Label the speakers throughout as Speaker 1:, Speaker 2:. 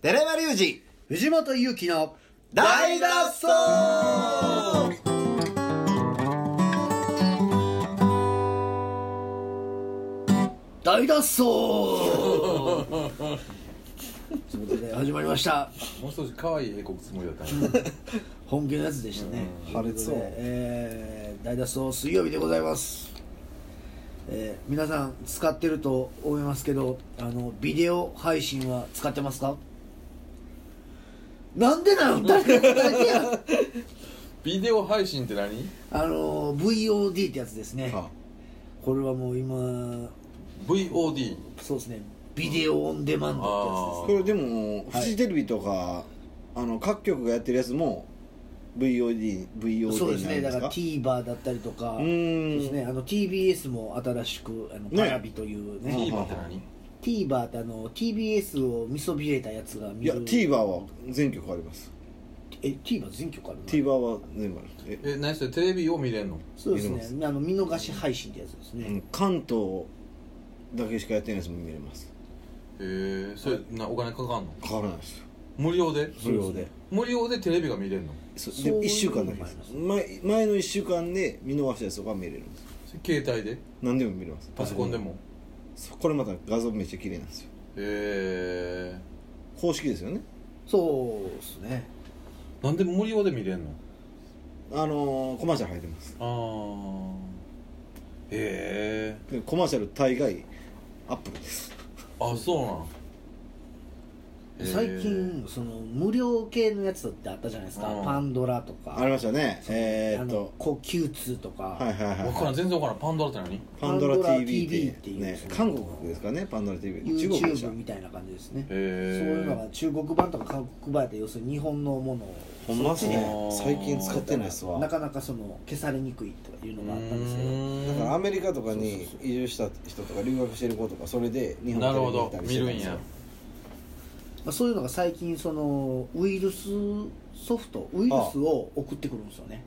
Speaker 1: 寺山隆
Speaker 2: 二藤本勇樹の
Speaker 1: 二大脱走
Speaker 2: 大脱走 ということで始まりました
Speaker 3: もう少し可愛い絵描くつもりだったんやけど
Speaker 2: 本気のやつでしたね
Speaker 4: うん破裂
Speaker 2: という
Speaker 4: 音
Speaker 2: ことでえー大脱走水曜日でございますえー皆さん使ってると思いますけどあのビデオ配信は使ってますかなんでなん 誰か答えてや
Speaker 3: ビデオ配信って何
Speaker 2: あの VOD ってやつですねこれはもう今
Speaker 3: VOD
Speaker 2: そうですねビデオオンデマンド
Speaker 3: あ
Speaker 2: っ
Speaker 4: これでもフジテレビとか、あの各局がやってるやつも VOD
Speaker 2: てやつですそうで
Speaker 4: VOD
Speaker 2: す
Speaker 4: にな
Speaker 2: ね
Speaker 4: るんで
Speaker 2: だ
Speaker 4: す
Speaker 2: から
Speaker 4: か
Speaker 2: TVer だったりとか
Speaker 4: うー
Speaker 2: そ
Speaker 4: ん
Speaker 2: うですねあの TBS も新しくあの
Speaker 4: ね
Speaker 2: パラビというね
Speaker 3: TVer って何
Speaker 2: TVer ってあの TBS を見そびれたやつが
Speaker 4: い
Speaker 2: 見
Speaker 4: や
Speaker 2: る
Speaker 4: TVer は全局あります
Speaker 2: え TVer 全曲あるの
Speaker 4: TVer は全部あるえ
Speaker 3: え何それテレビを見れんの
Speaker 2: そうで
Speaker 4: 見れ
Speaker 2: すねあの見逃し配信ってやつですね、
Speaker 4: うん関東だけしかやってないやつも見れます
Speaker 3: へえそれなお金かかんの
Speaker 4: 変わらないですよ
Speaker 3: 無料で
Speaker 4: 無料で
Speaker 3: 無料でテレビが見れんの
Speaker 4: そう
Speaker 2: そういうのも
Speaker 4: で1週間だけです前前の1週間で見逃したやつとか見れるんです
Speaker 3: それ携帯で
Speaker 4: 何でも見れます
Speaker 3: パソコンでも
Speaker 4: そうこれまた画像めっちゃ綺麗なんですよ
Speaker 3: へえ
Speaker 4: 公式ですよね
Speaker 2: そうですね
Speaker 3: なんで無料で見れんの
Speaker 4: あのーコマーシャル入ってます
Speaker 3: ああへえ
Speaker 4: でコマーシャル大概アップルです
Speaker 3: あそうなんへー
Speaker 2: 最近その無料系のやつだってあったじゃないですか、
Speaker 3: うん
Speaker 2: パンドラとか
Speaker 4: ありましたねえー、
Speaker 2: あ
Speaker 4: っ
Speaker 2: の
Speaker 4: と
Speaker 2: こう Q2 とか、
Speaker 4: はいはいはい
Speaker 3: わからん全然わからんパンドラって何
Speaker 4: パンドラ TV
Speaker 2: パンドラ TV っ
Speaker 4: ってて
Speaker 2: いう
Speaker 4: ね
Speaker 2: その
Speaker 4: 韓国ですかねパンドラ TV 中国でした
Speaker 2: YouTube みたいな感じですね、
Speaker 3: へ
Speaker 2: そ
Speaker 3: え
Speaker 2: ういうのが中国版とか韓国版で要するに日本のものを
Speaker 4: ほんまっすね
Speaker 3: そっちに
Speaker 4: 最近使ってないっすわ
Speaker 2: な
Speaker 4: だか
Speaker 2: かなかその消されにくいとかいうのがあったんですけど
Speaker 3: うーん
Speaker 4: らアメリカとかに移住した人とか留学してる子とかそれで日本
Speaker 3: なるほ
Speaker 4: テ
Speaker 3: ど
Speaker 4: レビたり
Speaker 3: 見
Speaker 4: してた
Speaker 3: る
Speaker 4: で
Speaker 3: ん
Speaker 4: すよ
Speaker 3: や
Speaker 2: まあ、そういうのが最近そのウイルスソフトウイルスを送ってくるんですよね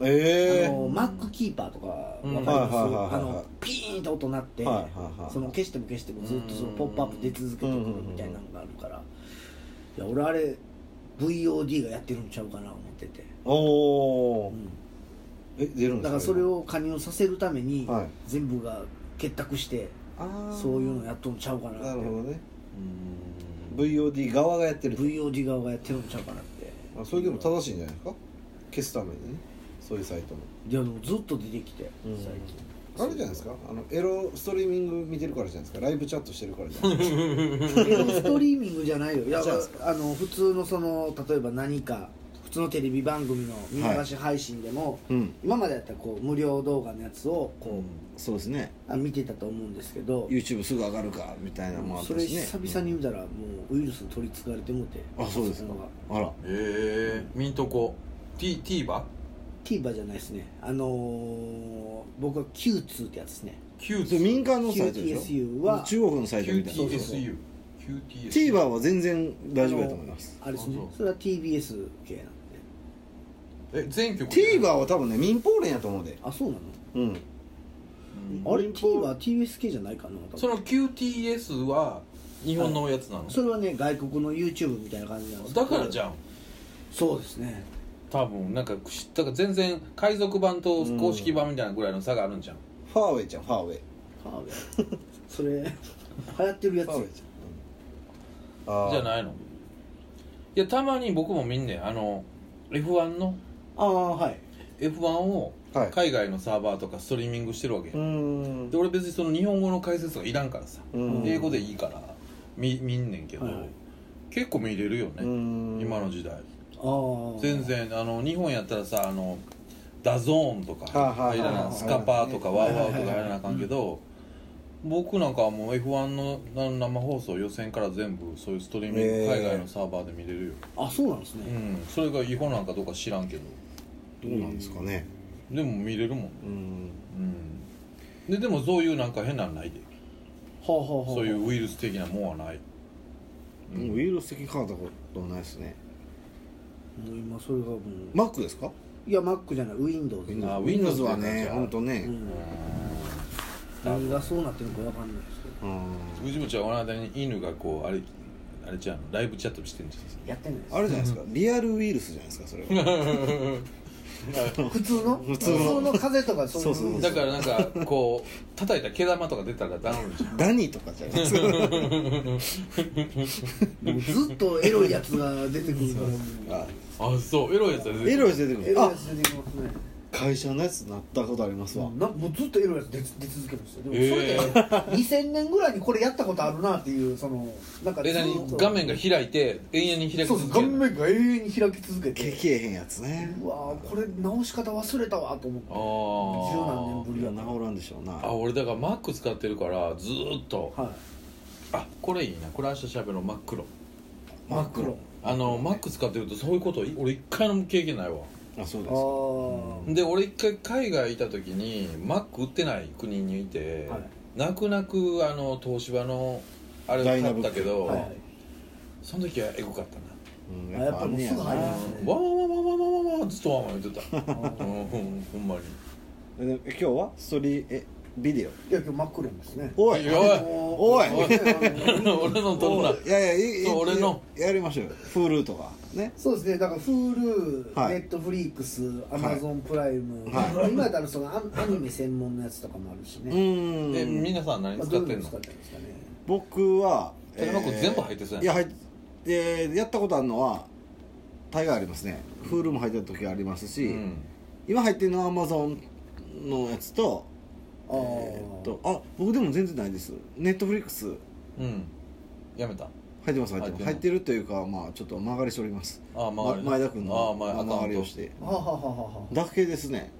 Speaker 2: あ
Speaker 4: ええ
Speaker 2: のマックキーパーとかわかります、
Speaker 3: うん
Speaker 4: はいはいはいはい
Speaker 2: あのピーンと音鳴って、
Speaker 4: はいはいはい
Speaker 2: その消しても消してもずっとそのポップアップ出続けてくるみたいなのがあるから、いや俺あれ VOD がやってるんちゃうかな思ってて、
Speaker 4: おお
Speaker 2: うん
Speaker 4: え出るんです
Speaker 2: だからそれを加入させるために、
Speaker 4: はい
Speaker 2: 全部が結託して
Speaker 4: あー
Speaker 2: そういうのやっとんちゃうかなって
Speaker 4: なるほどね
Speaker 3: う
Speaker 4: VOD 側がやってると
Speaker 2: VOD 側がやってるんちゃうかなって
Speaker 4: あそれでも正しいんじゃないですか消すためにねそういうサイトも
Speaker 2: いやでもずっと出てきて
Speaker 4: うん
Speaker 2: 最近、
Speaker 4: あれじゃないですかあのエロストリーミング見てるからじゃないですかライブチャットしてるからじゃないですか
Speaker 2: エロストリーミングじゃないよいや
Speaker 4: じゃあ
Speaker 2: あの普通のその例えば何か普通のテレビ番組の見逃し配信でも、
Speaker 4: うん
Speaker 2: 今までやったらこう無料動画のやつをこ
Speaker 4: そうですね
Speaker 2: うあ見てたと思うんですけど
Speaker 4: YouTube すぐ上がるかみたいなのもあった
Speaker 2: そ
Speaker 4: し
Speaker 2: れ
Speaker 4: ね
Speaker 2: 久々に見たらもうウイルスに取りつかれてもうて
Speaker 4: あそうですか
Speaker 2: のが
Speaker 4: あら
Speaker 3: ええミントコ T ィーバ
Speaker 2: TVer じゃないですねあのー僕は Q2 ってやつですね
Speaker 3: キュー
Speaker 4: それ民間のサイトでし
Speaker 2: QTSU
Speaker 4: ょ
Speaker 2: は
Speaker 4: 中国のサイトみたいな
Speaker 3: QTSU
Speaker 4: TVer は全然大丈夫だと思います
Speaker 2: あれですね
Speaker 3: あそう
Speaker 2: それは TBS 系なんで
Speaker 3: え全曲
Speaker 4: TVer は多分ね民放連やと思うで
Speaker 2: あそうなの
Speaker 4: うん
Speaker 3: うん
Speaker 2: あれ
Speaker 4: 民放
Speaker 2: TVer TBS 系じゃないかな多分
Speaker 3: その QTS は日本のやつなの
Speaker 2: それはね外国の YouTube みたいな感じなんですけ
Speaker 3: だ
Speaker 2: ど
Speaker 3: からじゃん
Speaker 2: そうですね
Speaker 3: 多分なんか知ったか全然海賊版と公式版みたいなぐらいの差があるんじゃん
Speaker 4: ファーウェイちゃんファーウェイ
Speaker 2: ファーウェイ それ流行ってるやつ
Speaker 4: ファーウェイちゃんうんあー
Speaker 3: じゃないのいやたまに僕も見んねんあの F1 の
Speaker 2: ああはい
Speaker 3: F1 を
Speaker 4: はい
Speaker 3: 海外のサーバーとかストリーミングしてるわけ
Speaker 4: う
Speaker 3: や
Speaker 4: ーん
Speaker 3: で俺別にその日本語の解説がいらんからさ
Speaker 4: うん
Speaker 3: 英語でいいから見見んねんけど、
Speaker 2: はいはい
Speaker 3: 結構見れるよね、
Speaker 4: うん
Speaker 3: 今の時代
Speaker 2: ああ
Speaker 3: 全然あの日本やったらさあのダゾーンとか
Speaker 4: はあはあ
Speaker 3: 入ら
Speaker 4: は
Speaker 3: な
Speaker 4: あ
Speaker 3: スカパーとかワーワーとか
Speaker 2: はいはいはい
Speaker 3: 入らなあかんけど僕なんかはもう F1 のな生放送予選から全部そういうストリーミング、
Speaker 4: へえ
Speaker 3: 海外のサーバーで見れるよ、
Speaker 2: あそうなんです
Speaker 3: う
Speaker 2: ね、
Speaker 3: ん、それが違法なんかどうか知らんけど
Speaker 4: どうなんですかね
Speaker 3: でも見れるもん、
Speaker 4: うん
Speaker 3: うん、ででもそういうなんか変なんないで
Speaker 2: はあはあはあ
Speaker 3: そういうウイルス的なもんはない
Speaker 4: もうウイルス的にかかったことはないですね
Speaker 2: もう今それがもう、
Speaker 4: マックですか
Speaker 2: いや Mac じゃない Windows
Speaker 3: ンあ
Speaker 4: Windows はね
Speaker 3: Windows
Speaker 4: 本当
Speaker 2: う
Speaker 4: ね
Speaker 2: ん何がそうなってるのかわかんないですけど
Speaker 4: うん
Speaker 3: 藤本ちゃんこの間に犬がこうあれあれじゃんライブチャットしてるんですよ
Speaker 2: やってんです
Speaker 4: あれじゃないですかリアルウイルスじゃないですかそれは
Speaker 2: 普通の
Speaker 4: 普通の
Speaker 2: 風邪とかそういう
Speaker 4: そうそうそう
Speaker 3: だからなんかこう叩いた毛玉とか出たらダウンじゃん
Speaker 4: ダニとかじゃないですか
Speaker 2: もうずっとエロいやつが出てくるから
Speaker 4: あ
Speaker 3: あそうエロいやつは出てくる
Speaker 4: エロいやつ出てく
Speaker 2: エ
Speaker 4: る
Speaker 2: ロい
Speaker 4: あ
Speaker 2: やつ出てきますね
Speaker 4: 会社のやつなったことありますわ、
Speaker 2: なんかもうずっとエロいやつ出出続けるんですよでもそれで2000年ぐらいにこれやったことあるなっていうそのなんか
Speaker 3: で
Speaker 2: ずっ
Speaker 3: 何
Speaker 2: と
Speaker 3: 画面が開いて永遠に開き
Speaker 2: そう
Speaker 3: 続
Speaker 2: そう
Speaker 3: け
Speaker 2: 顔
Speaker 3: るの
Speaker 2: 面が永遠に開き続け
Speaker 4: け
Speaker 2: て
Speaker 4: けえへんやつね
Speaker 2: うわーこれ直し方忘れたわと思って十何年
Speaker 3: あ
Speaker 2: ぶ
Speaker 4: い
Speaker 2: りや
Speaker 4: や治
Speaker 2: な
Speaker 4: らんでしょうな
Speaker 3: ああ俺だからマック使ってるからずーっと
Speaker 2: は
Speaker 3: あこれいいなこれ明日しゃべろう真っ黒
Speaker 2: い真っ黒
Speaker 3: あのマック使ってるとそういうことい俺一回の経験ないわ
Speaker 4: あそう
Speaker 2: あ
Speaker 4: ですか
Speaker 2: ー
Speaker 3: で俺一回海外いた時にマック売ってない国にいて、
Speaker 2: はい
Speaker 3: 泣く泣くあの東芝のあれを
Speaker 4: ダ
Speaker 3: 買
Speaker 4: イナブ
Speaker 3: っ
Speaker 4: ック
Speaker 3: たけど、
Speaker 2: はい
Speaker 3: その時はエグかったな
Speaker 4: うん
Speaker 2: あやっぱもうすぐ入りますね
Speaker 3: わわわわわわわわずっとワンワン言ってたうんほんほんまに
Speaker 4: えで今日はストーリーえビデオ
Speaker 2: いや今日真っ黒ですね
Speaker 4: お
Speaker 3: お
Speaker 4: い
Speaker 3: い
Speaker 4: おい
Speaker 2: お
Speaker 4: い
Speaker 2: ーあの
Speaker 3: 俺の撮るない
Speaker 4: やいやいい
Speaker 3: そう
Speaker 4: い
Speaker 3: 俺の
Speaker 4: やりましょうよ Hulu とかね
Speaker 2: そうですねだから Hulu、
Speaker 4: はい
Speaker 2: Netflix、Amazon プライム、
Speaker 4: は
Speaker 2: 今やったらそのアアニメ専門のやつとかもあるし
Speaker 4: う
Speaker 2: ね、
Speaker 4: ー
Speaker 3: え
Speaker 4: ん
Speaker 3: 皆さん何
Speaker 2: まあ、
Speaker 3: 使
Speaker 2: どう
Speaker 3: っ
Speaker 2: い
Speaker 3: て
Speaker 2: うんの
Speaker 3: の
Speaker 2: 使ったんですかね
Speaker 4: 僕は
Speaker 3: テレマーク全部入ってそうやん
Speaker 4: いや入ってやったことあるのは大概ありますね Hulu も入ってた時ありますし、
Speaker 3: うん
Speaker 4: 今入ってるのは Amazon のやつと
Speaker 2: あー、
Speaker 4: えーっとあ僕でも全然ないです Netflix
Speaker 3: うんやめた
Speaker 4: 入ってます入
Speaker 3: 入って
Speaker 4: ってま
Speaker 3: な
Speaker 4: す
Speaker 3: い
Speaker 4: 入ってるというかまあちょっと曲がりしております
Speaker 3: ああ
Speaker 4: ま
Speaker 3: 周り
Speaker 4: 前田君
Speaker 3: ああ
Speaker 4: の
Speaker 3: 前
Speaker 4: ま
Speaker 3: アカ
Speaker 4: 曲
Speaker 3: ウ
Speaker 4: が
Speaker 3: ン
Speaker 4: り
Speaker 3: ト
Speaker 4: をして
Speaker 2: はははははは
Speaker 4: だけです ね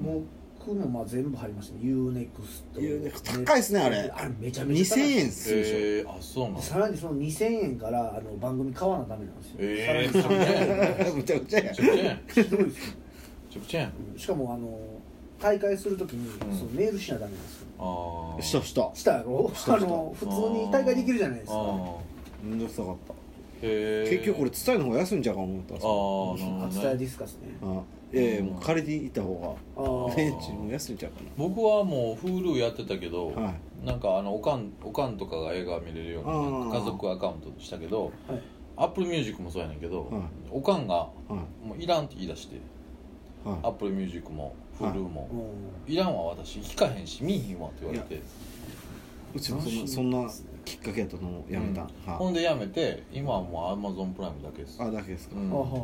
Speaker 2: もう僕もまあ全部入りましたね UNEXT
Speaker 4: Unext 高いっすねあれ
Speaker 2: あれめちゃめちゃ
Speaker 4: 2000
Speaker 2: 高い
Speaker 4: 円するでしょ、
Speaker 3: えー、あそうなん
Speaker 2: さらにその2000円からあの番組買わなダメなんですよ、
Speaker 3: え
Speaker 2: さらに
Speaker 3: ー、
Speaker 4: むちゃくちゃや
Speaker 3: ちょくちゃやん
Speaker 2: ひどいですよ
Speaker 3: ちょくちゃやん
Speaker 2: しかもあの大会するときに、
Speaker 3: うん
Speaker 2: そのメールしなダメなんですよ
Speaker 3: ああ
Speaker 4: したした
Speaker 2: したやろあの普通に大会できるじゃないです
Speaker 3: あ
Speaker 2: か
Speaker 3: ー
Speaker 4: めんどくさかった、
Speaker 3: へー
Speaker 4: 結局これ伝えの方が安いんちゃうか思ったんですよ
Speaker 3: ああ
Speaker 2: ア
Speaker 3: なる
Speaker 2: ツタ
Speaker 3: ほど
Speaker 2: ヤ
Speaker 3: ね
Speaker 2: ディスカスね
Speaker 4: あええもう借りに行った方
Speaker 2: あ
Speaker 4: が
Speaker 2: ー
Speaker 4: ベンチも安いんちゃうか
Speaker 3: 僕はもう Hulu やってたけど、
Speaker 4: は
Speaker 3: なんかあのおかんおかんとかが映画見れるよう
Speaker 4: あー
Speaker 3: になって家族アカウントにしたけど
Speaker 2: はい
Speaker 3: Apple Music もそうやねんけど、
Speaker 4: はい
Speaker 3: おかんが
Speaker 4: なは
Speaker 3: もういらんって言い出して
Speaker 4: いは
Speaker 3: Apple Music も
Speaker 4: はい
Speaker 3: Hulu も、
Speaker 2: うん
Speaker 3: い、らんわ私聞かへんし見いひんわって言われて、
Speaker 4: いうちもそんなそんなきっかけやったのをやめた、
Speaker 3: うん
Speaker 4: は
Speaker 3: ほんでやめて今はもう Amazon プライムだけです
Speaker 4: ああだけですか、
Speaker 3: うん
Speaker 2: はははは
Speaker 3: う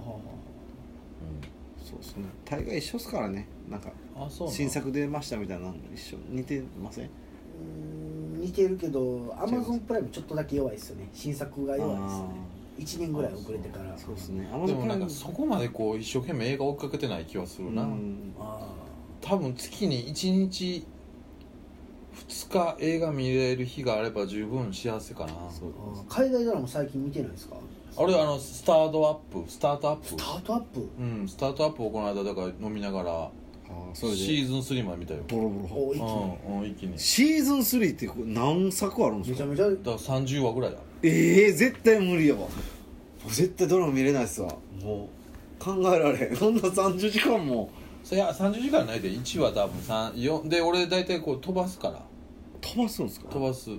Speaker 4: そうですね大概一緒っすからねなんか
Speaker 3: んあそうなん
Speaker 4: 新作出ましたみたいなの一緒似てません
Speaker 2: うーん似てるけどアマゾンプライムちょっとだけ弱いですよね新作が弱いですよね1年ぐらい遅れてから
Speaker 4: そうですねあ
Speaker 3: でもなんかそこまでこう一生懸命映画追っかけてない気はするな、
Speaker 2: あ
Speaker 3: 多分月に1日2日映画見れる日があれば十分幸せかな
Speaker 2: ーあー海外ドラマ最近見てないですか
Speaker 3: あれあのスタートアップスタートアッ
Speaker 2: ス
Speaker 3: プ
Speaker 2: タートアップ
Speaker 3: うんスタートアップをこの間だから飲みながら
Speaker 4: ああ
Speaker 3: シ
Speaker 4: それで
Speaker 3: ーズン3まで見たよ
Speaker 4: ボロボロ
Speaker 2: お一気に
Speaker 3: うん、うん、一気にだ
Speaker 4: シーズン3ってこう何作あるんで
Speaker 2: め
Speaker 4: す
Speaker 2: ちゃ
Speaker 4: か
Speaker 2: めちゃ
Speaker 3: から30話ぐらいだ
Speaker 4: ええ絶対無理やわ絶対ドラマ見れないっすわもう考えられへんそんな30時間も
Speaker 3: そいや30時間ないで1話多分34で俺大体こう飛ばすから
Speaker 4: 飛ばすんですか
Speaker 3: 飛ばす
Speaker 2: も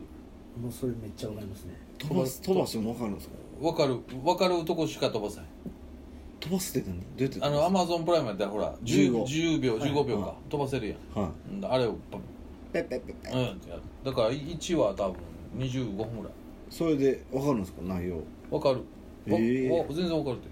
Speaker 2: うそれめっちゃわかりますね
Speaker 4: 飛ばす飛ばしても分かるんですか
Speaker 3: 分かる分かるとこしか飛ばさない
Speaker 4: 飛ばすって何どうやって
Speaker 3: あのアマゾンプライムやったらほら 10,
Speaker 4: 15
Speaker 3: 10秒15秒か、
Speaker 4: は
Speaker 3: 飛ばせるやん
Speaker 4: はい
Speaker 3: うんあれをパ
Speaker 4: ペッペッペッペッ
Speaker 3: うんだから1話多分25分ぐらい
Speaker 4: それで分かるんですか内容
Speaker 3: わかるわ
Speaker 4: ええ
Speaker 3: わ全然わかるって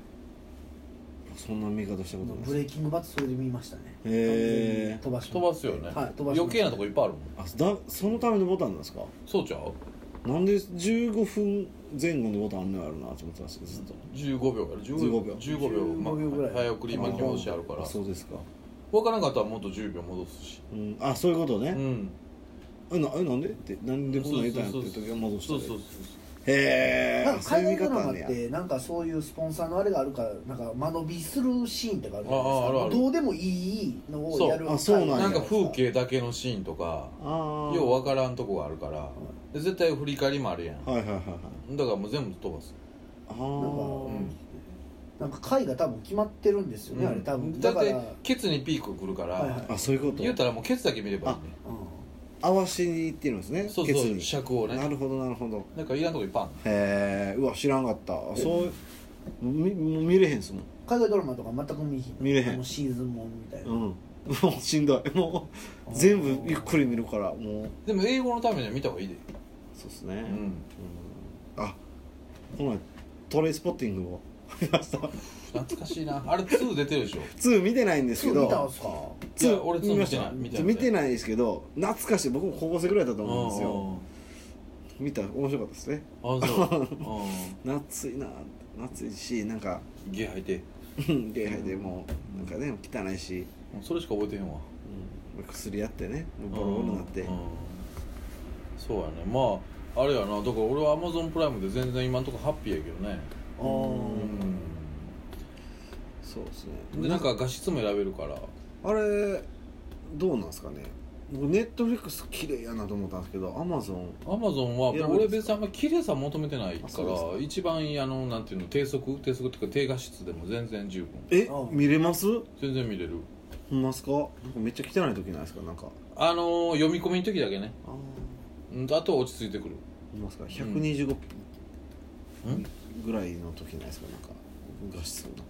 Speaker 4: そんな見方したことない
Speaker 2: ブレイキングバッドそれで見ましたね
Speaker 4: へー
Speaker 2: 完全に飛ばし
Speaker 3: 飛ばすよね、
Speaker 2: はい飛ばします
Speaker 3: 余計なとこいっぱいあるもん
Speaker 4: あだそのためのボタンなんですか
Speaker 3: そうちゃう
Speaker 4: なんで15分前後のボタンあんのやろなと思ってたんですけどずっと
Speaker 3: 15秒から15
Speaker 4: 15秒
Speaker 3: 15秒まあ
Speaker 2: 15秒ぐらい
Speaker 3: 早送り巻き戻しあるから
Speaker 4: あそうですか
Speaker 3: わからんかったらもっと10秒戻すし
Speaker 4: うんあそういうこと
Speaker 3: う
Speaker 4: ね
Speaker 3: ん
Speaker 4: えなえなんでってなんでこんなん言うたんやっていう時は戻した
Speaker 3: そう
Speaker 4: ら
Speaker 3: そうそう
Speaker 4: へ
Speaker 2: なん
Speaker 4: え
Speaker 2: か
Speaker 4: そう
Speaker 2: 海
Speaker 4: いう見
Speaker 2: 外ド
Speaker 4: 方
Speaker 2: ラ
Speaker 4: あ
Speaker 2: マ
Speaker 4: ん
Speaker 2: っ
Speaker 4: ねや
Speaker 2: てなんかそういうスポンサーのあれがあるからなんか間延びするシーンとかあるじゃないです
Speaker 3: ああ
Speaker 2: か
Speaker 3: あるある
Speaker 2: どうでもいいのをやる
Speaker 4: そうあそうなんや
Speaker 3: なんか風景だけのシーンとか
Speaker 4: ああ
Speaker 3: ようわからんとこがあるからで絶対振り返りもあるやん
Speaker 4: はいはいはいはい
Speaker 3: だからもう全部飛ばす
Speaker 4: あ
Speaker 2: なんか
Speaker 4: ー
Speaker 2: なんか回が多分決まってるんですよね、あれ多分
Speaker 3: だ
Speaker 2: だ
Speaker 3: っ
Speaker 2: か
Speaker 3: て
Speaker 2: ら
Speaker 3: ケツにピークくるから、
Speaker 2: はいはい
Speaker 4: あそういうこと
Speaker 3: 言うたらもうケツだけ見ればいいね
Speaker 2: うん
Speaker 4: 合わしにいってるんですね
Speaker 3: そうそう
Speaker 4: ケツに
Speaker 3: 尺をね
Speaker 4: なるほどなるほど
Speaker 3: なんかいらんとこいっぱいあんの
Speaker 4: へえうわ知らんかったあそうみもう見れへんっすもん
Speaker 2: 海外ドラマとか全く見ひん
Speaker 4: 見れへん
Speaker 2: あのシーズンもんみたいな、
Speaker 4: うんもうしんどいもう全部ゆっくり見るからもう
Speaker 3: でも英語のためには見た方がいいで
Speaker 4: そうっすね、
Speaker 3: うん
Speaker 4: あこの前トレインスポッティングを 見ました
Speaker 3: 懐かしいなあれ2出てるでしょ
Speaker 4: 2見てないんですけ
Speaker 2: 2
Speaker 4: ど
Speaker 2: 見たんすか
Speaker 4: ツー
Speaker 3: いや俺ツー見てない
Speaker 4: 見ました
Speaker 3: 見
Speaker 4: 見
Speaker 3: てない
Speaker 4: てないですけど懐かしい僕も高校生ぐらいだと思うんですよ
Speaker 3: う
Speaker 4: 見た面白かったですね
Speaker 3: んうんあそうう
Speaker 4: 夏いな夏いしなんか
Speaker 3: んゲー吐いて
Speaker 4: うん礼拝でもうなんかね汚いし、
Speaker 3: もうそれしか覚えてへんわ
Speaker 4: うん、薬やってねボロボロになって
Speaker 3: うんうんそうやねまああれやなだから俺はアマゾンプライムで全然今んとこハッピーやけどね
Speaker 2: あー
Speaker 4: そうですね
Speaker 3: でなんか画質も選べるから
Speaker 4: あれどうなんですかね僕ネットフリックス綺麗やなと思ったんですけどアマゾン
Speaker 3: アマゾンはい
Speaker 4: や
Speaker 3: 俺別にあんまり綺麗さ求めてないか
Speaker 4: あそうです
Speaker 3: ら一番あのなんていうの低速低速っていうか低画質でも全然十分
Speaker 4: え
Speaker 2: あ
Speaker 4: 見れますほ
Speaker 3: 全然見れる
Speaker 4: んますか僕めっちゃ汚い時ないですかなんか
Speaker 3: あのー読み込みの時だけね
Speaker 4: ああ
Speaker 3: うんあとは落ち着いてくる
Speaker 4: ほんますか125分
Speaker 3: うん
Speaker 4: ぐらいの時ないですかなんか画質なんか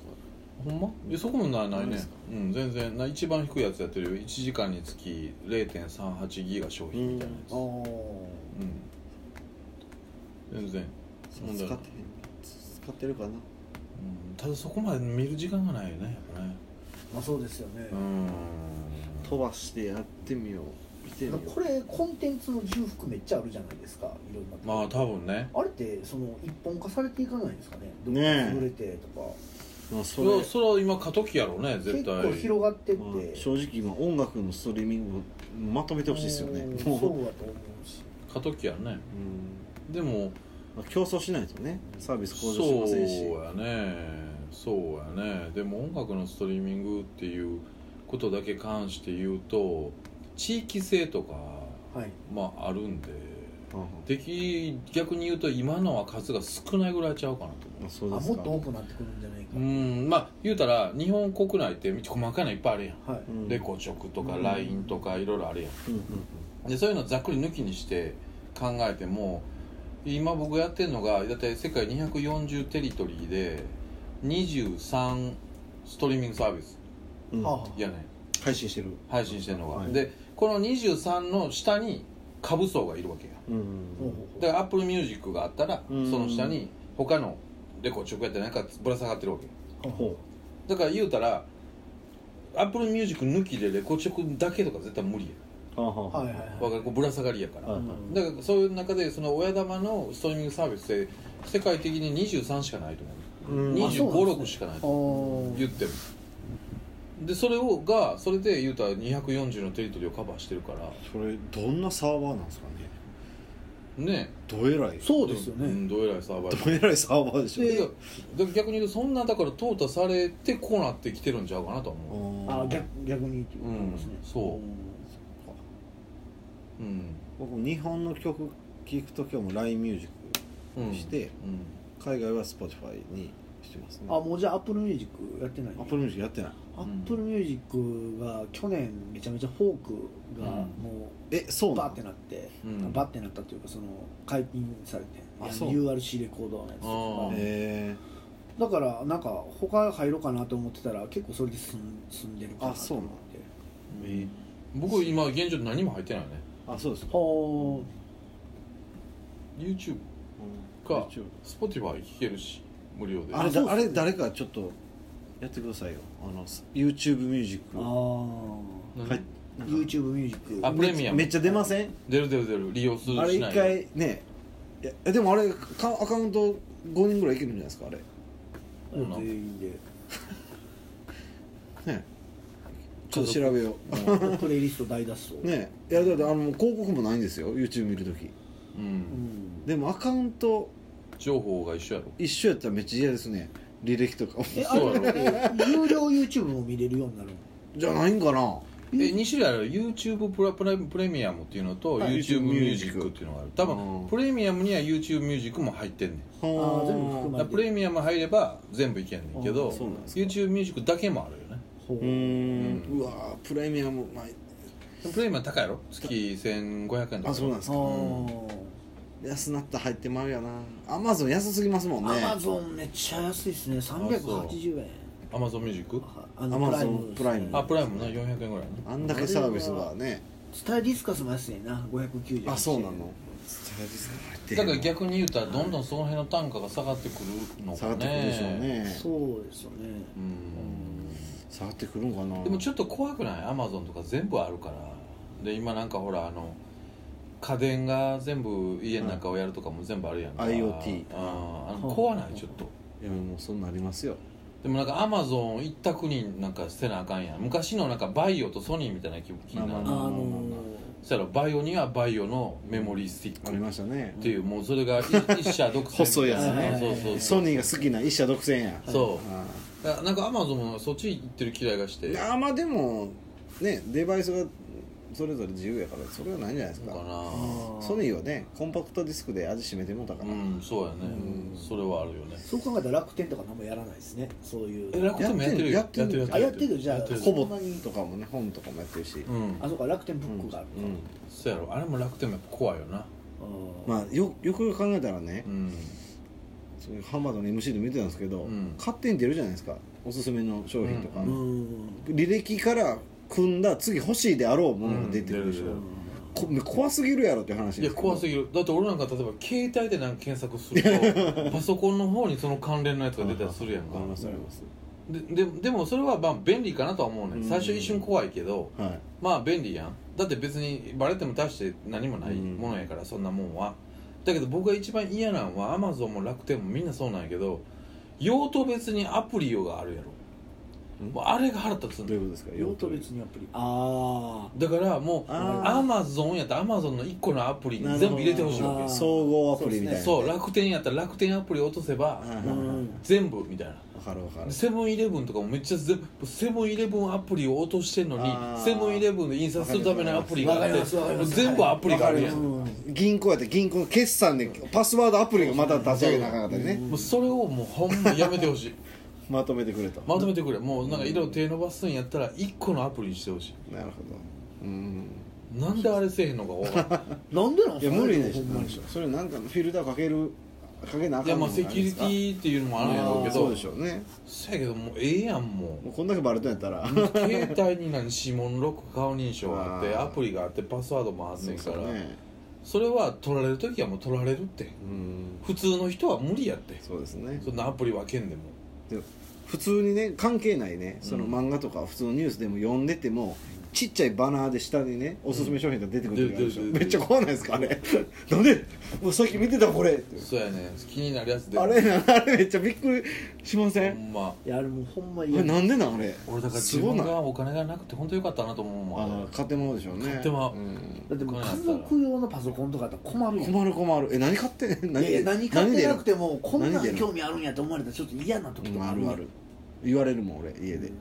Speaker 3: ほんまいやそこもないない
Speaker 4: ない
Speaker 3: ね
Speaker 4: ですか
Speaker 3: うん全然な一番低いやつやってるよ1時間につき0.38ギガ消費みたいなやつ
Speaker 2: あ
Speaker 3: うん
Speaker 2: ー
Speaker 3: 全然、
Speaker 4: 使
Speaker 3: 問題
Speaker 4: っ
Speaker 3: な
Speaker 4: てへ
Speaker 3: い
Speaker 4: ん使ってるかな
Speaker 3: うん、ただそこまで見る時間がないよねやっぱね
Speaker 2: まあそうですよね
Speaker 3: う、ん
Speaker 4: 飛ばしてやってみよう見てみよう
Speaker 2: これコンテンツの重複めっちゃあるじゃないですかいろんなとこ
Speaker 3: まあ多分ね
Speaker 2: あれってその一本化されていかないんですかねどこか
Speaker 4: ねえ
Speaker 2: 潰れてとか、
Speaker 4: まあ、そ
Speaker 3: そ
Speaker 4: れ
Speaker 3: れそれは今過渡期やろうね絶
Speaker 2: 結
Speaker 3: 対
Speaker 2: 構広がってって、
Speaker 4: まあ正直今音楽のストリーミングをまとめてほしいですよね
Speaker 2: うん
Speaker 4: も
Speaker 2: そうう
Speaker 4: う
Speaker 2: だと思うし
Speaker 3: 過渡期やね
Speaker 4: ん
Speaker 3: でも
Speaker 4: まあ競争しないとねサービス向上しま
Speaker 3: そう
Speaker 4: せんし
Speaker 3: やねそうやねでも音楽のストリーミングっていうことだけ関して言うと地域性とか
Speaker 2: はい
Speaker 3: まああるんで
Speaker 4: うんうん
Speaker 3: でき逆に言うと今のは数が少ないぐらいちゃうかなと
Speaker 4: まあそう
Speaker 2: あ
Speaker 4: です
Speaker 2: も
Speaker 4: か
Speaker 2: っと多くなってくるんじゃないか、
Speaker 3: 思ううんまあ言うたら日本国内って細かいのいっぱいあるやん、
Speaker 2: はい
Speaker 4: うん
Speaker 3: レコチョクとか LINE とかいろいろあるやん
Speaker 4: うんうん
Speaker 3: でそういうのざっくり抜きにして考えても今僕やってるのがだって世界240テリトリーで23ストリーミングサービス
Speaker 4: うんうん
Speaker 2: はあはあ
Speaker 3: やねん
Speaker 4: 配信してる
Speaker 3: 配信してるのが、
Speaker 4: はい
Speaker 3: でこの23の下に株層がいるわけや
Speaker 4: うん
Speaker 2: ほうほうほう
Speaker 3: だから Apple Music があったらそ
Speaker 4: うん
Speaker 3: の下に他のレコード直やったりなんかぶら下がってるわけ
Speaker 4: ほ
Speaker 3: だから言うたら Apple Music 抜きでレコード直だけとか絶対無理
Speaker 4: うはあはあ
Speaker 2: はいはいはい
Speaker 3: やわかるこうぶら下がりやから、
Speaker 4: はい
Speaker 2: うん
Speaker 3: だからそういう中でその親玉のストリーミングサービスで世界的に23しかないと
Speaker 4: うん
Speaker 3: 思う
Speaker 2: あそう
Speaker 3: 2 5
Speaker 2: なんですね
Speaker 3: 6しかない
Speaker 2: あ
Speaker 3: と
Speaker 2: ー
Speaker 3: 言ってもでそれをがそれで言うたら240のテリトリーをカバーしてるから
Speaker 4: それどんなサーバーなんですかね
Speaker 3: ね
Speaker 4: どえらい
Speaker 2: そうですよね、
Speaker 3: うん、どえらいサーバーや
Speaker 4: どえらいサーバーでしょ
Speaker 3: でだから逆に言うとそんなだから淘汰されてこうなってきてるんちゃうかなとは思
Speaker 2: あ
Speaker 4: あ
Speaker 2: ー
Speaker 4: 逆
Speaker 2: 逆逆にっていうことですね、
Speaker 3: うんそうんううん
Speaker 4: 僕日本の曲聴くときはもう LINE ミュージッ
Speaker 3: うん
Speaker 4: クして
Speaker 3: うん
Speaker 4: 海外は Spotify にしてますね
Speaker 2: あもうじゃあアップルミュージックやってない
Speaker 4: アップルミュージックやってない
Speaker 2: アップルミュージックが去年めちゃめちゃフォークが
Speaker 3: うん
Speaker 2: も
Speaker 4: えそううな
Speaker 2: バーっ
Speaker 4: の
Speaker 2: てなって、
Speaker 3: うん
Speaker 2: バーってなったというかその解禁されて
Speaker 4: あ
Speaker 2: あの
Speaker 4: そう
Speaker 2: URC レコードのやつ
Speaker 3: あ
Speaker 2: と
Speaker 4: え
Speaker 2: かだからなんか他入ろうかなと思ってたら結構それで済ん済んでるかな
Speaker 4: あそ
Speaker 2: と
Speaker 4: う
Speaker 2: 思
Speaker 4: な
Speaker 2: っ
Speaker 4: の
Speaker 2: て
Speaker 4: ー、
Speaker 3: 僕今現状何も入ってないね
Speaker 4: あそうですか、
Speaker 2: は
Speaker 3: YouTube
Speaker 4: か
Speaker 3: か Spotify 聴けるし無料で
Speaker 4: あれ
Speaker 2: あそうっす
Speaker 4: だあれ誰かちょっとやってくださいよあの YouTube ミュージッ
Speaker 2: あ
Speaker 4: ク
Speaker 2: あ
Speaker 4: は
Speaker 3: 何
Speaker 4: い
Speaker 2: あ
Speaker 4: なんか
Speaker 2: YouTube ミュージック
Speaker 3: あプレミアム
Speaker 4: めっちゃ出ません
Speaker 3: 出る出る出る利用するしな
Speaker 4: あ
Speaker 3: い
Speaker 4: れ一回ねいやえでもあれかアカウント5人ぐらいいけるんじゃないですかあれ
Speaker 3: そうなの
Speaker 2: 全員で
Speaker 4: ねちょっと調べよ
Speaker 2: プレイリスト大脱走
Speaker 4: うねいやだってあの広告もないんですよ YouTube 見るとき
Speaker 3: う
Speaker 2: うんん
Speaker 4: でもアカウント
Speaker 3: 情報が一緒やろ
Speaker 4: 一緒やったらめっちゃ嫌ですね履歴とかも
Speaker 2: えあ
Speaker 3: そう
Speaker 2: れ
Speaker 3: やろ
Speaker 2: って有料 YouTube も見れるようになるの
Speaker 4: じゃないんかな
Speaker 3: え2種類ある YouTube プラプレプレミアムっていうのと
Speaker 4: はい
Speaker 3: YouTube ミュージックっていうのがある多
Speaker 4: うん
Speaker 3: 分プレミアムには YouTube ミュージックも入ってんねん
Speaker 2: ー全部含まれ
Speaker 3: だからプレミアム入れば全部いけんねんけど
Speaker 4: あそうなんですか
Speaker 3: YouTube ミュージックだけもあるよね
Speaker 2: ほう
Speaker 4: うーんうわープレミアムまあ
Speaker 3: でもプレミアム高いやろ月1500円とか
Speaker 4: あそうなんですか安なったら入ってまうよなアマゾン安すぎますもんね
Speaker 2: アマゾンめっちゃ安いですね380円
Speaker 3: アマゾンミュージック
Speaker 2: あ
Speaker 4: アマゾンプライム
Speaker 3: あプライムな400円ぐらいね
Speaker 4: あんだけサービスがね
Speaker 2: スタイディスカスも安いな590円
Speaker 4: あそうなのサービスが入ってへん
Speaker 3: だから逆に言うたらどんどんその辺の単価が下がってくるのか
Speaker 4: 下が
Speaker 3: ね
Speaker 4: ってくるでしょうね
Speaker 2: そうですよね
Speaker 3: うん
Speaker 4: 下がってくるんかな
Speaker 3: でもちょっと怖くないアマゾンとか全部あるからで今なんかほらあの家電が全部家の中をやるとかも全部あるやんか、
Speaker 4: はい IoT
Speaker 3: あーあの怖ないちょっと
Speaker 4: いやもうそんなんありますよ
Speaker 3: でもなんかアマゾン一択になんか捨てなあかんやん昔のなんかバイオとソニーみたいな気気になる
Speaker 2: あ
Speaker 4: まあまあ
Speaker 2: の
Speaker 4: まあま
Speaker 2: ー
Speaker 3: そしたらバイオにはバイオのメモリースティッ
Speaker 4: あ
Speaker 3: ク
Speaker 4: り
Speaker 3: っ
Speaker 4: ましたね
Speaker 3: ていうもうそれがい 一社独占
Speaker 4: 細いやつ
Speaker 2: ね
Speaker 3: そうそうそ
Speaker 4: ソ
Speaker 3: う
Speaker 4: ニーが好きな一社独占や
Speaker 3: そ
Speaker 4: あ
Speaker 3: うだからなんかアマゾンもそっち行ってる嫌いがして
Speaker 4: あまあでもねデバイスがそれぞれ自由やからそれはないんじゃないです
Speaker 3: か
Speaker 4: か
Speaker 3: な
Speaker 4: ソニーはねコンパクトディスクで味しめてもうたから、
Speaker 3: うんそうやねそれはあるよね
Speaker 2: そう考えたら楽天とか何もやらないですねそういう
Speaker 3: え楽天もやってるよ
Speaker 4: やってる
Speaker 2: あやってるじゃあ
Speaker 3: やってる
Speaker 4: コボとかもね本とかもやってるし、
Speaker 3: うん
Speaker 2: あそうか楽天ブックがある
Speaker 4: うん
Speaker 3: そうやろあれも楽天もやっぱ怖いよな
Speaker 2: あー
Speaker 4: まあよよくよく考えたらね
Speaker 3: う、ん
Speaker 4: そういうハンバーグの MC で見てたんですけど、
Speaker 3: うん
Speaker 4: 勝手に出るじゃないですかおすすめの商品とか、
Speaker 3: う
Speaker 2: うん
Speaker 4: 履歴から組んだ次欲しいであろうものが出てるでしょ、
Speaker 3: うん
Speaker 4: こ怖すぎるやろっていう話
Speaker 3: いや怖すぎるだって俺なんか例えば携帯でなんか検索するとパソコンの方にその関連のやつが出たりするやんか
Speaker 4: ありますあります
Speaker 3: でででもそれはまあ便利かなとは思うね、
Speaker 4: うん
Speaker 3: 最初一瞬怖いけど
Speaker 4: はい
Speaker 3: まあ便利やんだって別にバレても大して何もない
Speaker 4: うん
Speaker 3: ものやから、そんなもんはだけど僕が一番嫌なのはアマゾンも楽天もみんなそうなんやけど用途別にアプリ用があるやろ
Speaker 4: ん
Speaker 3: もうあれが腹立つ
Speaker 4: ど
Speaker 3: ん
Speaker 4: う
Speaker 3: だ
Speaker 4: い
Speaker 3: よ
Speaker 4: うことですか
Speaker 2: 用途別にアプリあ
Speaker 3: だからもう
Speaker 4: あー
Speaker 3: アマゾンやったらアマゾンの1個のアプリに全部入れてほしいわ
Speaker 2: あー
Speaker 3: け
Speaker 4: 総合アプリみたいな、ね、
Speaker 3: そう楽天やったら楽天アプリ落とせば
Speaker 4: はいはい
Speaker 2: あ
Speaker 4: はい
Speaker 3: 全部みたいな
Speaker 4: わかるわかる
Speaker 3: セブンイレブンとかもめっちゃ全部セブンイレブンアプリを落としてんのに
Speaker 4: あー
Speaker 3: セブンイレブンで印刷するためのアプリがあっ
Speaker 2: わかりますわかり
Speaker 3: て
Speaker 2: ます
Speaker 3: 全部アプリがあるやん
Speaker 4: わ
Speaker 3: も
Speaker 2: うん
Speaker 4: 銀行やったら銀行の決算でパスワードアプリがまた立ち上げなあかんかったりね、
Speaker 3: うそれをもうほんまやめてほしい
Speaker 4: まとめてくれと、
Speaker 3: まとめてくれもうなんか色を手伸ばすんやったら1個のアプリにしてほし
Speaker 4: なるほどうん
Speaker 3: いなんであれせえへんのか分からん
Speaker 2: なんでなん
Speaker 4: いや無理でし
Speaker 2: ほんまに
Speaker 4: ょそれなんかフィルターかけるかけなあ
Speaker 3: い
Speaker 4: か
Speaker 3: や
Speaker 4: ん
Speaker 3: まあ
Speaker 4: のじ
Speaker 3: セ
Speaker 4: ゃない
Speaker 3: キュ
Speaker 4: で
Speaker 3: リ
Speaker 4: す
Speaker 3: テ
Speaker 4: か
Speaker 3: ィっていうのもあるんやろうけ
Speaker 4: そう
Speaker 3: ど
Speaker 4: でしょうね
Speaker 3: そやけどもうええやんもう
Speaker 4: もうこんだけバレたんやったら
Speaker 3: 携帯に何指紋ロック顔認証があって
Speaker 4: あー
Speaker 3: アプリがあってパスワードもあんねんからそ,、
Speaker 4: ね
Speaker 3: れは取られる時はもう取られるって
Speaker 4: うん
Speaker 3: 普通の人は無理やって
Speaker 4: そうですね
Speaker 3: そんなアプリ分けんでも
Speaker 4: でも普通にね関係ないねその
Speaker 3: うん
Speaker 4: 漫画とか普通のニュースでも読んでてもちっちゃいバナーで下にねおすすめ商品が出てくる時あるでしょ
Speaker 3: うん
Speaker 4: めっちゃ怖ないですかあれなんでもうさっき見てたこれって
Speaker 3: そうやね気になるやつで
Speaker 4: あれなあれめっちゃびっくりしませ
Speaker 3: ほ
Speaker 4: ん
Speaker 3: んま
Speaker 2: いやあれもうほんま
Speaker 4: あ
Speaker 2: に
Speaker 4: れ
Speaker 2: 嫌
Speaker 4: なんでなんあれ
Speaker 3: 俺だから
Speaker 4: す
Speaker 3: 自
Speaker 4: ご
Speaker 3: 分
Speaker 4: ない
Speaker 3: がお金がなくて本当よかったなと思うもんあ
Speaker 4: あ
Speaker 3: れ
Speaker 4: 買ってもうでしょうね
Speaker 3: 買っても
Speaker 4: うん
Speaker 2: だってもう家族用のパソコンとかだったら困るやん
Speaker 4: 困る困るえ何買ってん
Speaker 2: いやいや
Speaker 4: で
Speaker 2: 何買ってなくてもこんな
Speaker 4: 何で
Speaker 2: ん
Speaker 4: の
Speaker 2: 興味あるんやと思われたらちょっと嫌な時と
Speaker 4: うん
Speaker 2: か
Speaker 4: あ
Speaker 2: ある
Speaker 4: る
Speaker 2: や
Speaker 4: あ
Speaker 2: ん
Speaker 4: る言われるもん俺家で、うん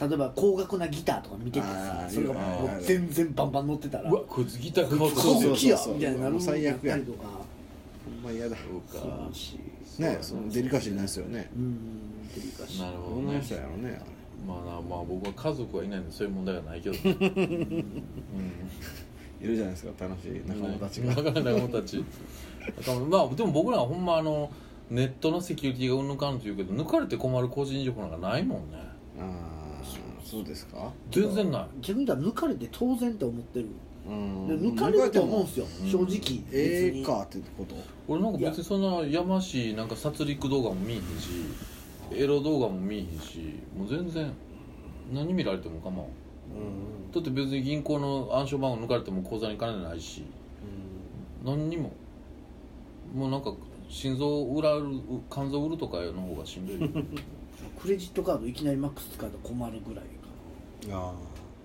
Speaker 2: 例えば高額なギターとか見ててさ
Speaker 4: あー
Speaker 2: それがもう全然バンバン乗ってたら
Speaker 3: うわこいつギター買おうと
Speaker 4: そう
Speaker 3: 思
Speaker 4: そ
Speaker 3: っ
Speaker 4: う
Speaker 3: て
Speaker 2: 高やみたいになるもん
Speaker 4: 最悪や
Speaker 2: ったりとか
Speaker 4: ほんま嫌だ
Speaker 3: そう
Speaker 2: す
Speaker 3: か
Speaker 2: るし
Speaker 4: ねそのデリカシーないですよね
Speaker 2: うんデリカシー
Speaker 3: なる
Speaker 4: ど
Speaker 3: ほど
Speaker 4: んな
Speaker 3: ね
Speaker 4: 人やろうね
Speaker 3: まあなまあ僕は家族はいないんでそういう問題は ないけどうん
Speaker 4: いるじゃないですか楽しい仲間たちが、
Speaker 3: 仲間仲間たち仲間まあでも僕らはほんまあのネットのセキュリティがうんぬんかんというけど抜かれて困る個人情報なんかないもんね
Speaker 4: ああそうですか
Speaker 3: 全然ない
Speaker 2: 逆に言ったら抜かれて当然って思ってる
Speaker 4: うん
Speaker 2: で抜かれると思うんすよ正直別に
Speaker 4: ええかってこと
Speaker 3: 俺なんか別にそんなやましいなんか殺戮動画も見えへんしエロ動画も見えへんしもう全然何見られても構わん
Speaker 4: うん
Speaker 3: だって別に銀行の暗証番号抜かれても口座に金ないし何にももうなんか心臓売られる肝臓売るとかの方がしんどいよ
Speaker 2: クレジットカードいきなりマックス使うと困るぐらいかな
Speaker 4: ああ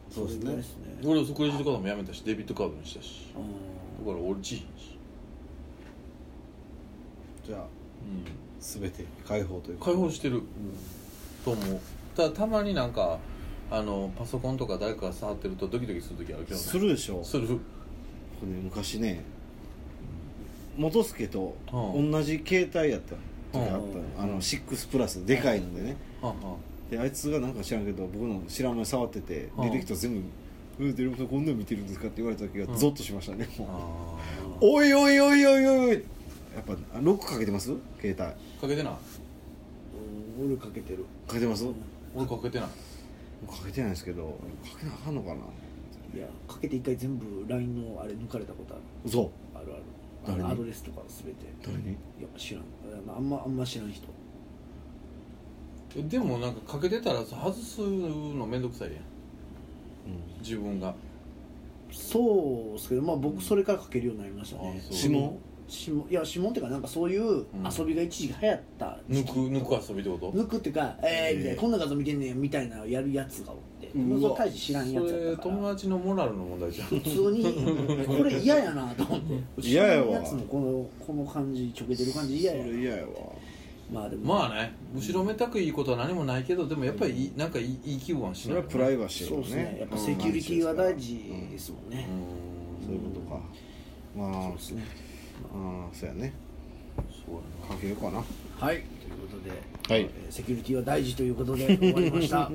Speaker 4: そうです
Speaker 2: れぐらい
Speaker 4: ね
Speaker 2: ですね
Speaker 3: 俺はクレジットカードもやめたしデビットカードにしたし
Speaker 2: うん
Speaker 3: だから俺ちひんし、
Speaker 4: じゃあ
Speaker 3: う、
Speaker 4: 全て解放というんか
Speaker 3: 解放してる、と思うただたまになんかあのパソコンとか誰かが触ってるとドキドキする時あるけどね
Speaker 4: するでしょ
Speaker 3: する
Speaker 4: これ昔ね元助と
Speaker 3: うん
Speaker 4: 同じ携帯やった時あったの
Speaker 2: う
Speaker 4: あの6プラスでかいのでね
Speaker 3: はあは
Speaker 4: であいつがなんか知らんけど僕の知らん間に触ってて
Speaker 3: うん
Speaker 4: 履歴と全部うんデルモさんこんなの見てるんですか?」って言われた時がゾッとしましたね、もう
Speaker 3: あ
Speaker 4: おいおいおいおいおいおいやっぱロックかけてます携帯か
Speaker 3: ーかけてない
Speaker 2: うん俺かけてる
Speaker 4: けてますか
Speaker 3: 俺かけてない
Speaker 4: けてないですけどかけなあかんのかない
Speaker 2: やかけて一回全部 LINE のあれ抜かれたことある
Speaker 4: 嘘
Speaker 2: あるあ
Speaker 4: 誰
Speaker 2: る
Speaker 4: に
Speaker 2: アドレスとか全て
Speaker 4: 誰に
Speaker 2: いや知らんあんまあんま知らん人
Speaker 3: えでもなんかかけてたら外すのめんどくさいやん
Speaker 4: うん
Speaker 3: 自分が
Speaker 2: そうですけどまあ僕それからかけるようになりましたね
Speaker 3: あそう
Speaker 4: 指紋
Speaker 2: 指紋いや指紋っていうかなんかそういう遊びが一時期流行った時
Speaker 3: 抜
Speaker 2: 期
Speaker 3: く抜く遊びってこと
Speaker 2: 抜くっていうか「えー」みた
Speaker 4: え
Speaker 2: いな「
Speaker 4: ー
Speaker 2: こんな画像見てんねん」みたいなのをやるやつがおって
Speaker 4: うわ
Speaker 2: それ大して知らんやつやった
Speaker 3: そ
Speaker 2: か
Speaker 3: れ
Speaker 2: ら
Speaker 3: 友達のモラルの問題じゃん
Speaker 2: 普通 にこれ嫌やなと思って
Speaker 4: 嫌やわ
Speaker 2: 知らんやつのこのこの感じちょけてる感じ嫌や
Speaker 4: それ
Speaker 2: な
Speaker 4: 嫌やわ
Speaker 2: まあでも
Speaker 3: まあね後ろめたくいいことは何もないけどでもやっぱりいいなんかいいいい気分はし
Speaker 4: そ
Speaker 3: ない
Speaker 4: れはプライバシー
Speaker 2: そう
Speaker 4: の
Speaker 2: です
Speaker 4: ね
Speaker 2: ねやっぱセキュリティは大事
Speaker 4: うん
Speaker 2: ですもんね、
Speaker 3: う
Speaker 4: そういうことかまあ
Speaker 2: そうですね
Speaker 4: うんそうやね
Speaker 3: ーんそうや
Speaker 4: かけようかな
Speaker 2: はいということで、
Speaker 4: はい
Speaker 2: えーセキュリティは大事ということで終わりました
Speaker 3: な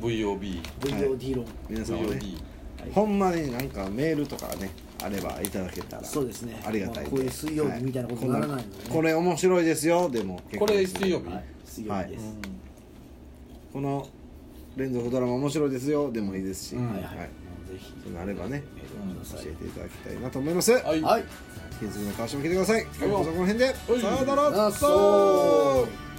Speaker 3: VOB
Speaker 2: VOD 論、
Speaker 4: 皆さんはね
Speaker 3: VOD
Speaker 4: ほんまになんかメールとかねあればいただけたら
Speaker 2: そうですね
Speaker 4: ありがた
Speaker 2: ま
Speaker 4: いんで
Speaker 2: あこういう水曜日みたいなことにならないのでね
Speaker 4: はこれ面白いですよでも結
Speaker 3: こ
Speaker 4: 構
Speaker 3: れ
Speaker 4: です
Speaker 3: 水曜日、
Speaker 2: はい水曜日です、
Speaker 4: この連続ドラマ面白いですよでもいいですし、
Speaker 3: うん
Speaker 4: は
Speaker 2: はいいはい、ぜひ
Speaker 4: そうなればね
Speaker 2: メールをくだ
Speaker 4: 教
Speaker 2: さい
Speaker 4: えていただきたいなと思います、
Speaker 3: はい
Speaker 2: はい
Speaker 4: 引き続きの川島来てください今日もこの辺で
Speaker 3: はい
Speaker 4: さよなら
Speaker 2: なっそう